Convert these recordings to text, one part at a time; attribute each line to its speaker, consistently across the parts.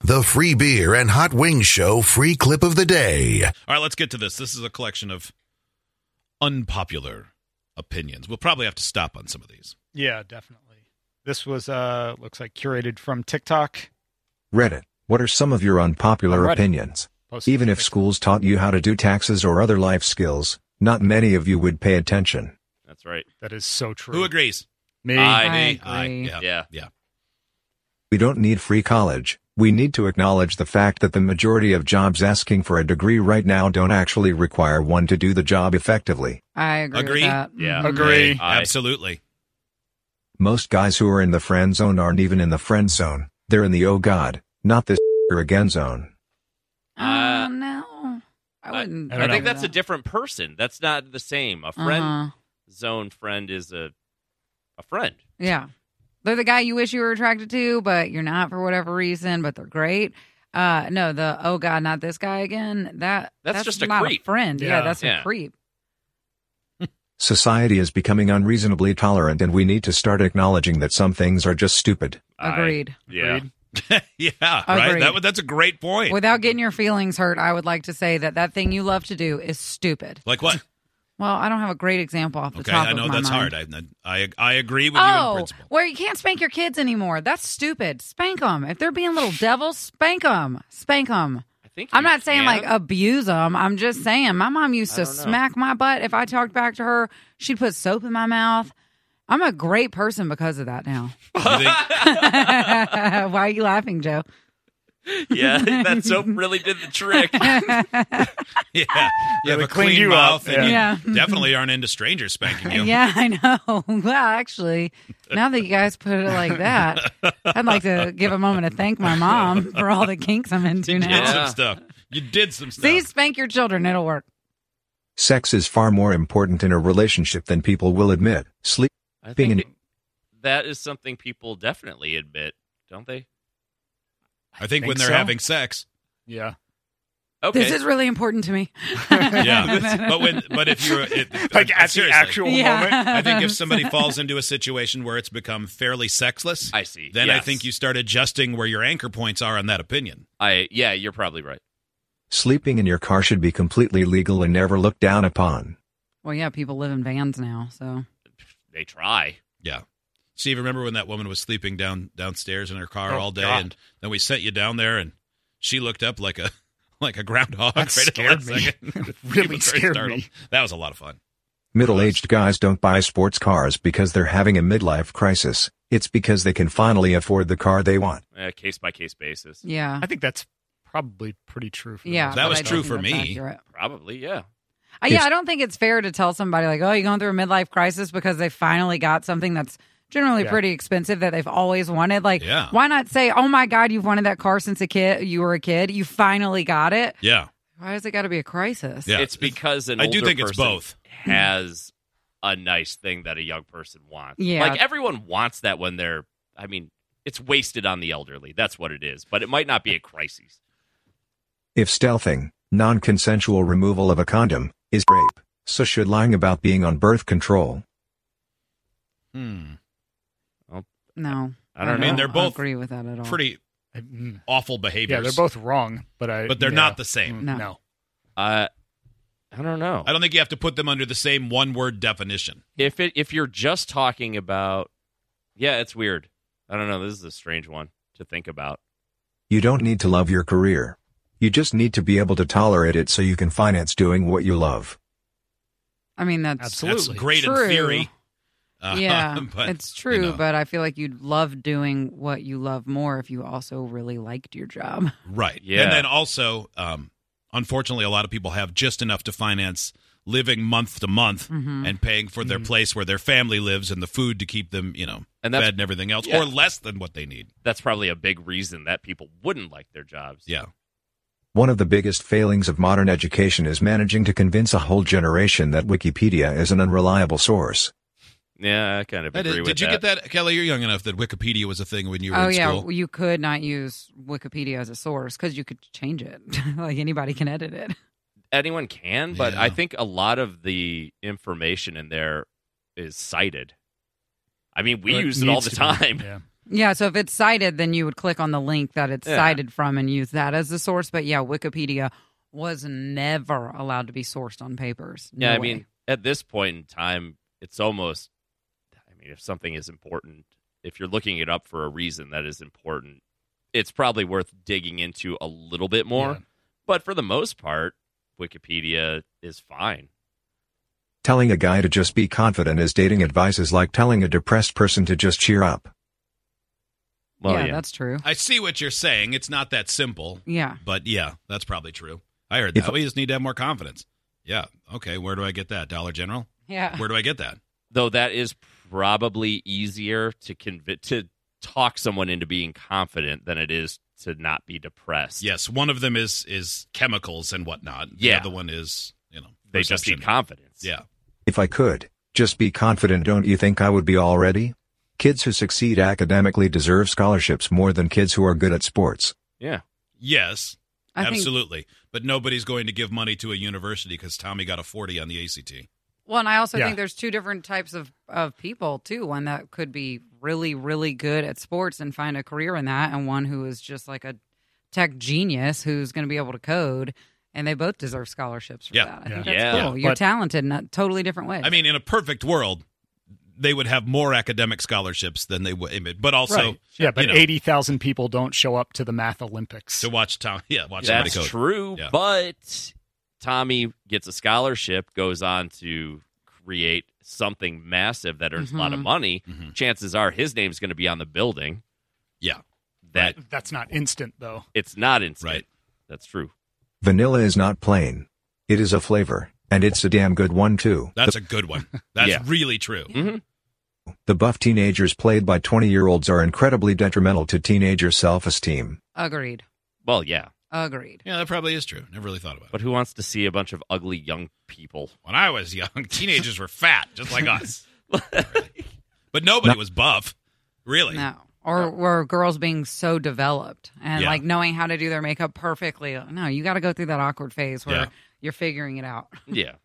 Speaker 1: The free beer and hot wings show free clip of the day.
Speaker 2: All right, let's get to this. This is a collection of unpopular opinions. We'll probably have to stop on some of these.
Speaker 3: Yeah, definitely. This was uh looks like curated from TikTok.
Speaker 4: Reddit, what are some of your unpopular
Speaker 3: On Reddit.
Speaker 4: opinions?
Speaker 3: Posted
Speaker 4: Even
Speaker 3: on
Speaker 4: if
Speaker 3: TikTok.
Speaker 4: schools taught you how to do taxes or other life skills, not many of you would pay attention.
Speaker 5: That's right.
Speaker 3: that is so true.
Speaker 2: Who agrees?
Speaker 3: Me.
Speaker 5: I-
Speaker 6: I
Speaker 2: Aye,
Speaker 6: agree.
Speaker 2: yeah.
Speaker 5: Yeah.
Speaker 4: We don't need free college, we need to acknowledge the fact that the majority of jobs asking for a degree right now don't actually require one to do the job effectively.
Speaker 6: I agree. with
Speaker 2: Agree?
Speaker 6: that.
Speaker 5: Yeah.
Speaker 6: Mhm.
Speaker 3: Agree.
Speaker 2: Hey,
Speaker 5: Aye.
Speaker 2: Absolutely.
Speaker 4: Most guys who are in the friend zone aren't even in the friend zone, they're in the oh god, not this or again zone.
Speaker 6: Uh, no, I wouldn't.
Speaker 3: I
Speaker 5: I,
Speaker 3: don't
Speaker 5: think
Speaker 3: know.
Speaker 5: that's a different person. That's not the same. A friend
Speaker 6: Uh-huh.
Speaker 5: zone friend is a a friend.
Speaker 6: Yeah, they're the guy you wish you were attracted to, but you're not for whatever reason. But they're great. Uh, no, the oh god, not this guy again. That
Speaker 5: That's just a
Speaker 6: not
Speaker 5: creep.
Speaker 6: friend. Yeah,
Speaker 3: Yeah.
Speaker 6: that's
Speaker 5: Yeah.
Speaker 6: a creep.
Speaker 4: Society is becoming unreasonably tolerant and we need to start acknowledging that some things are just stupid.
Speaker 6: Agreed.
Speaker 5: I, yeah.
Speaker 3: Agreed.
Speaker 2: yeah, right.
Speaker 6: Agreed.
Speaker 2: That, would- that's a great point.
Speaker 6: Without getting your feelings hurt, I would like to say that that thing you love to do is stupid.
Speaker 2: like what?
Speaker 6: Well, I don't have a great example off the
Speaker 2: Okay,
Speaker 6: top
Speaker 2: I
Speaker 6: of
Speaker 2: know
Speaker 6: my
Speaker 2: that's
Speaker 6: mind.
Speaker 2: hard. I, I I agree with you in
Speaker 6: Oh,
Speaker 2: principle.
Speaker 6: where you can't spank your kids anymore. That's stupid. Spank them. If they're being little devils, spank them. Spank them.
Speaker 5: I think
Speaker 6: I'm
Speaker 5: you
Speaker 6: not saying
Speaker 5: can.
Speaker 6: like abuse them. I'm just saying my mom used
Speaker 5: I
Speaker 6: to
Speaker 5: don't know.
Speaker 6: smack my butt if I talked back to her. She'd put soap in my mouth. I'm a great person because of that now.
Speaker 2: You think-
Speaker 6: Why are you laughing, Joe?
Speaker 5: yeah, that soap really did the trick.
Speaker 2: yeah, you have
Speaker 3: Really
Speaker 2: a
Speaker 3: cleaned
Speaker 2: clean
Speaker 3: you up,
Speaker 2: mouth, and
Speaker 6: yeah.
Speaker 2: you definitely aren't into strangers spanking you.
Speaker 6: Yeah, I know. Well, actually, now that you guys put it like that, I'd like to give a moment to thank my mom for all the kinks I'm into
Speaker 2: you did
Speaker 6: now.
Speaker 2: some
Speaker 5: Yeah.
Speaker 2: stuff. You did some stuff.
Speaker 6: See, spank your children. It'll work.
Speaker 4: Sex is far more important in a relationship than people will admit. Sleep.
Speaker 5: I think
Speaker 4: Being an-
Speaker 5: that is something people definitely admit, don't they?
Speaker 2: I think, when
Speaker 3: think
Speaker 2: they're
Speaker 3: so.
Speaker 2: having sex.
Speaker 3: yeah.
Speaker 5: Okay.
Speaker 6: This is really important to me.
Speaker 2: Yeah, but when but if you're it,
Speaker 3: Like at the
Speaker 2: seriously.
Speaker 3: actual
Speaker 6: Yeah.
Speaker 3: moment.
Speaker 2: I think if somebody falls into a situation where it's become fairly sexless,
Speaker 5: I see.
Speaker 2: then I
Speaker 5: Yes.
Speaker 2: think you start adjusting where your anchor points are on that opinion.
Speaker 5: I yeah, you're probably right.
Speaker 4: Sleeping in your car should be completely legal and never looked down upon.
Speaker 6: well, yeah, people live in vans now, so
Speaker 5: They try.
Speaker 2: Yeah. Steve, remember when that woman was sleeping down downstairs in her car
Speaker 3: Oh,
Speaker 2: all day,
Speaker 3: God.
Speaker 2: and then we sent you down there, and she looked up like a like a groundhog.
Speaker 3: That
Speaker 2: right at
Speaker 3: scared
Speaker 2: the
Speaker 3: me.
Speaker 2: last second. She
Speaker 3: really
Speaker 2: was very
Speaker 3: scared
Speaker 2: startled.
Speaker 3: me.
Speaker 2: That was a lot of fun.
Speaker 4: Middle aged guys don't buy sports cars because they're having a midlife crisis, it's because they can finally afford the car they want.
Speaker 5: Uh, case by case basis.
Speaker 6: yeah,
Speaker 3: I think that's probably pretty true. For the
Speaker 6: yeah.
Speaker 3: most
Speaker 2: That
Speaker 6: but
Speaker 3: part.
Speaker 2: was
Speaker 6: I don't
Speaker 2: true
Speaker 6: think
Speaker 2: for
Speaker 6: that's
Speaker 2: me.
Speaker 6: accurate.
Speaker 5: Probably, yeah.
Speaker 6: Uh, yeah,
Speaker 4: Yes.
Speaker 6: I don't think it's fair to tell somebody like, "Oh, you're going through a midlife crisis because they finally got something that's generally
Speaker 3: Yeah.
Speaker 6: pretty expensive that they've always wanted." Like,
Speaker 2: Yeah.
Speaker 6: why not say, "Oh my God, you've wanted that car since a kid. You were a kid. You finally got it."
Speaker 2: Yeah,
Speaker 6: Why does it got to be a crisis?
Speaker 2: yeah.
Speaker 5: It's because an
Speaker 2: I do
Speaker 5: older
Speaker 2: think it's
Speaker 5: person
Speaker 2: both.
Speaker 5: has a nice thing that a young person wants.
Speaker 6: Yeah.
Speaker 5: like everyone wants that when they're. I mean, it's wasted on the elderly. That's what it is. But it might not be a crisis.
Speaker 4: If stealthing, non consensual removal of a condom, is rape, so should lying about being on birth control.
Speaker 2: Hmm.
Speaker 6: No,
Speaker 5: I don't
Speaker 2: I mean,
Speaker 5: know.
Speaker 2: they're both
Speaker 6: agree with that at all.
Speaker 2: pretty
Speaker 3: I- mm.
Speaker 2: awful
Speaker 3: yeah,
Speaker 2: behaviors.
Speaker 3: they're both wrong, but I.
Speaker 2: but they're
Speaker 3: yeah.
Speaker 2: not the same.
Speaker 3: Mm,
Speaker 6: No.
Speaker 3: No.
Speaker 5: Uh, I don't know.
Speaker 2: I don't think you have to put them under the same one word definition.
Speaker 5: if it if you're just talking about, yeah, it's weird. I don't know. This is a strange one to think about.
Speaker 4: You don't need to love your career. You just need to be able to tolerate it so you can finance doing what you love.
Speaker 6: I mean, that's
Speaker 3: Absolutely.
Speaker 2: That's great
Speaker 6: True.
Speaker 2: in theory. Uh,
Speaker 6: yeah,
Speaker 2: but,
Speaker 6: it's true,
Speaker 2: you know,
Speaker 6: but I feel like you'd love doing what you love more if you also really liked your job.
Speaker 2: right.
Speaker 5: Yeah.
Speaker 2: And then also, um, unfortunately, a lot of people have just enough to finance living month to month
Speaker 5: Mm-hmm.
Speaker 6: Mhm.
Speaker 2: and paying for their place where their family lives and the food to keep them, you know,
Speaker 5: And that's
Speaker 2: fed and everything else,
Speaker 5: yeah.
Speaker 2: or less than what they need.
Speaker 5: that's probably a big reason that people wouldn't like their jobs.
Speaker 2: Yeah.
Speaker 4: One of the biggest failings of modern education is managing to convince a whole generation that Wikipedia is an unreliable source.
Speaker 5: yeah, I kind of
Speaker 2: That
Speaker 5: agree
Speaker 2: is-
Speaker 5: with
Speaker 2: did you get that, Kelly? You're young enough that Wikipedia was a thing when you were
Speaker 6: Oh
Speaker 2: in
Speaker 6: yeah,
Speaker 2: school.
Speaker 6: you could not use Wikipedia as a source because you could change it. like anybody can edit it.
Speaker 5: anyone can, but I
Speaker 2: Yeah.
Speaker 5: think a lot of the information in there is cited. I mean, we
Speaker 3: Or it
Speaker 5: use it all
Speaker 3: needs
Speaker 5: the
Speaker 3: to be.
Speaker 5: time.
Speaker 3: Yeah.
Speaker 6: Yeah, so if it's cited, then you would click on the link that it's
Speaker 5: Yeah.
Speaker 6: cited from and use that as the source. But yeah, Wikipedia was never allowed to be sourced on papers. No
Speaker 5: Yeah, I
Speaker 6: way.
Speaker 5: mean, at this point in time, it's almost. I mean, if something is important, if you're looking it up for a reason that is important, it's probably worth digging into a little bit more.
Speaker 2: Yeah.
Speaker 5: But for the most part, Wikipedia is fine.
Speaker 4: Telling a guy to just be confident is dating advice is like telling a depressed person to just cheer up.
Speaker 5: Well,
Speaker 6: Oh, yeah,
Speaker 5: yeah,
Speaker 6: that's true.
Speaker 2: I see what you're saying. It's not that simple,
Speaker 6: Yeah,
Speaker 2: but yeah, that's probably true. I heard
Speaker 4: If-
Speaker 2: that. We just need to have more confidence. Yeah. Okay. Where do I get that? Dollar General?
Speaker 6: yeah.
Speaker 2: Where do I get that?
Speaker 5: though that is probably easier to convince to talk someone into being confident than it is to not be depressed.
Speaker 2: Yes. One of them is is chemicals and whatnot.
Speaker 5: Yeah.
Speaker 2: The other one is you know
Speaker 5: they just need
Speaker 2: perception.
Speaker 5: confidence.
Speaker 2: Yeah.
Speaker 4: If I could, just be confident, don't you think I would be already? Kids who succeed academically deserve scholarships more than kids who are good at sports.
Speaker 5: yeah.
Speaker 2: Yes.
Speaker 6: I think-
Speaker 2: absolutely. But nobody's going to give money to a university because Tommy got a forty on the ACT.
Speaker 6: Well, and I also
Speaker 3: Yeah.
Speaker 6: think there's two different types of, of people too. One that could be really, really good at sports and find a career in that, and one who is just like a tech genius who's going to be able to code. And they both deserve scholarships for
Speaker 2: Yeah.
Speaker 6: that. I think
Speaker 5: Yeah.
Speaker 6: that's
Speaker 5: Yeah.
Speaker 6: cool. You're
Speaker 3: But-
Speaker 6: talented in a totally different way.
Speaker 2: I mean, in a perfect world, they would have more academic scholarships than they would. But also
Speaker 3: Right. yeah, but
Speaker 2: you know.
Speaker 3: eighty thousand people don't show up to the Math Olympics.
Speaker 2: to watch Tommy. Yeah, watch
Speaker 5: That's
Speaker 2: somebody code.
Speaker 5: true,
Speaker 2: Yeah.
Speaker 5: but Tommy gets a scholarship, goes on to create something massive that earns a lot of
Speaker 6: Mhm.
Speaker 5: money.
Speaker 2: Mhm.
Speaker 5: Chances are his name's going to be on the building.
Speaker 2: Yeah.
Speaker 5: That
Speaker 3: That's not instant though.
Speaker 5: it's not instant.
Speaker 2: Right.
Speaker 5: That's true.
Speaker 4: Vanilla is not plain. It is a flavor, and it's a damn good one too.
Speaker 2: That's a good one. That's
Speaker 5: Yeah.
Speaker 2: really true.
Speaker 5: Mhm.
Speaker 4: The buff teenagers played by 20 year olds are incredibly detrimental to teenager self esteem.
Speaker 6: agreed.
Speaker 5: Well, yeah.
Speaker 6: Agreed.
Speaker 2: Yeah, that probably is true. Never really thought about it.
Speaker 5: But who wants to see a bunch of ugly young people?
Speaker 2: When I was young, teenagers were fat, just like us. Not really. But nobody was buff, really.
Speaker 6: No. Or were girls being so developed and
Speaker 2: Yeah.
Speaker 6: like knowing how to do their makeup perfectly? No, you got to go through that awkward phase where
Speaker 2: Yeah.
Speaker 6: you're figuring it out.
Speaker 5: Yeah.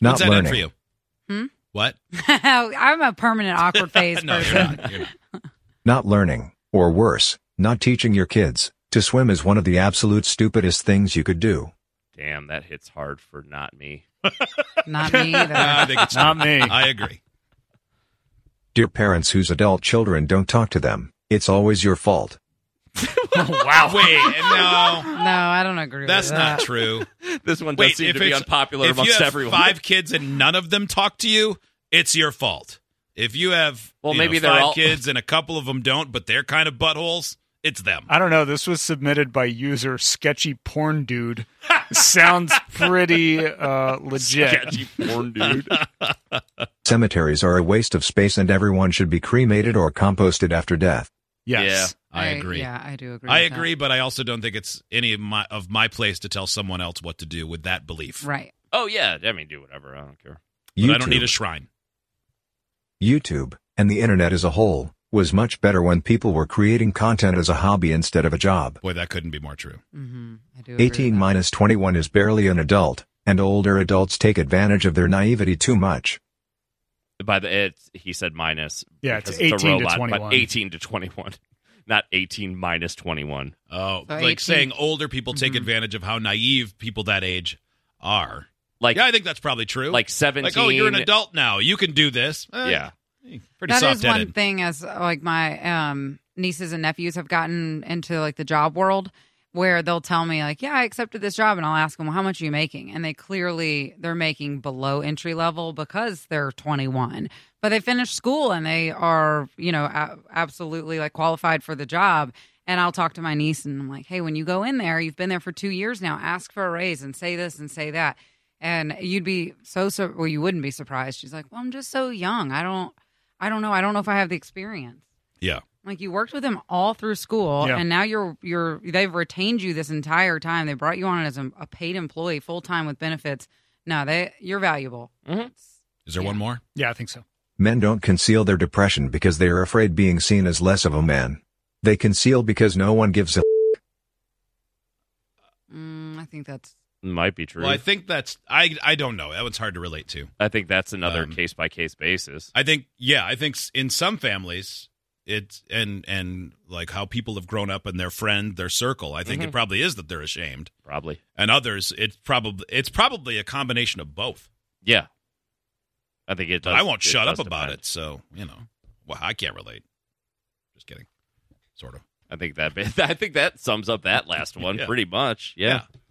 Speaker 4: Not
Speaker 2: What's that in
Speaker 4: learning.
Speaker 2: for you?
Speaker 6: Hmm? Oh,
Speaker 2: What?
Speaker 6: I'm a permanent awkward phase
Speaker 2: no,
Speaker 6: person.
Speaker 2: you're not. You're not.
Speaker 4: Not learning, or worse, not teaching your kids to swim is one of the absolute stupidest things you could do.
Speaker 5: Damn, that hits hard for not me.
Speaker 6: Not me either.
Speaker 2: No, I think it's
Speaker 3: Not
Speaker 2: true.
Speaker 3: me.
Speaker 2: I agree.
Speaker 4: Dear parents whose adult children don't talk to them, it's always your fault.
Speaker 3: wow.
Speaker 2: Wait, no,
Speaker 6: no, I don't agree
Speaker 2: that's
Speaker 6: with
Speaker 2: not
Speaker 6: that.
Speaker 2: true.
Speaker 5: This one does
Speaker 2: Wait,
Speaker 5: seem
Speaker 2: if
Speaker 5: to be
Speaker 2: it's-
Speaker 5: unpopular
Speaker 2: If you
Speaker 5: amongst
Speaker 2: have
Speaker 5: everyone.
Speaker 2: five kids and none of them talk to you, it's your fault. If you have
Speaker 5: Well,
Speaker 2: you
Speaker 5: maybe
Speaker 2: know,
Speaker 5: they're
Speaker 2: five
Speaker 5: all-
Speaker 2: kids and a couple of them don't, but they're kind of buttholes, it's them.
Speaker 3: I don't know. This was submitted by user Sketchy Porn Dude. Sounds pretty uh, legit.
Speaker 5: Sketchy porn dude.
Speaker 4: Cemeteries are a waste of space and everyone should be cremated or composted after death.
Speaker 3: Yes.
Speaker 2: I agree.
Speaker 6: Yeah, I do agree.
Speaker 2: I
Speaker 6: with that.
Speaker 2: agree, but I also don't think it's any of my of my place to tell someone else what to do with that belief.
Speaker 6: Right.
Speaker 5: oh yeah, I mean, do whatever. I don't care.
Speaker 2: But
Speaker 4: YouTube,
Speaker 2: I don't need a shrine.
Speaker 4: YouTube, and the internet as a whole, was much better when people were creating content as a hobby instead of a job.
Speaker 2: Boy, that couldn't be more true.
Speaker 6: hmm I do. agree with
Speaker 4: 18
Speaker 6: that.
Speaker 4: minus 21 is barely an adult, and older adults take advantage of their naivety too much.
Speaker 5: By the it, he said minus.
Speaker 3: Yeah, it's
Speaker 5: because
Speaker 3: 18 to
Speaker 5: but
Speaker 3: 21.
Speaker 5: eighteen to twenty-one, not eighteen minus twenty-one.
Speaker 2: Oh,
Speaker 6: So
Speaker 2: like
Speaker 6: 18
Speaker 2: saying older people take
Speaker 6: Mhm.
Speaker 2: advantage of how naive people that age are.
Speaker 5: Like
Speaker 2: yeah, I think that's probably true.
Speaker 5: like seventeen.
Speaker 2: like, oh, you're an adult now. You can do this. Eh,
Speaker 5: Yeah,
Speaker 2: pretty
Speaker 6: That is
Speaker 2: soft
Speaker 6: one
Speaker 2: headed.
Speaker 6: thing. As like my um, nieces and nephews have gotten into like the job world, where they'll tell me like, "Yeah, I accepted this job," and I'll ask them, "Well, how much are you making?" And they clearly they're making below entry level because they're 21, but they finished school and they are you know a- absolutely like qualified for the job. And I'll talk to my niece and I'm like, "Hey, when you go in there, you've been there for two years now. Ask for a raise and say this and say that." And you'd be so, so well, you wouldn't be surprised. She's like, "Well, I'm just so young. I don't." I don't know. I don't know if I have the experience.
Speaker 2: Yeah.
Speaker 6: Like you worked with them all through school,
Speaker 3: Yeah.
Speaker 6: and now you're you're they've retained you this entire time. They brought you on as a, a paid employee, full time with benefits. No, they you're valuable.
Speaker 2: Is there
Speaker 6: Yeah.
Speaker 2: one more?
Speaker 3: Yeah, I think so.
Speaker 4: Men don't conceal their depression because they are afraid being seen as less of a man. They conceal because no one gives a
Speaker 6: Mm, I think that's
Speaker 5: might be true.
Speaker 2: Well,
Speaker 5: I,
Speaker 2: I think that's I I don't know. That one's hard to relate to.
Speaker 5: think that's another
Speaker 2: Um,
Speaker 5: case by case basis.
Speaker 2: I think yeah, I think s- in some families it's and and like how people have grown up in their friend their circle i
Speaker 6: Mm-hmm.
Speaker 2: think it probably is that they're ashamed
Speaker 5: Probably.
Speaker 2: and others it's probably it's probably a combination of both
Speaker 5: Yeah. I think it
Speaker 2: but
Speaker 5: does.
Speaker 2: i won't shut up
Speaker 5: does
Speaker 2: about
Speaker 5: depend.
Speaker 2: it so you know well i can't relate just kidding sort of
Speaker 5: I think that I think that sums up that last one
Speaker 2: Yeah.
Speaker 5: pretty much. Yeah.
Speaker 2: Yeah.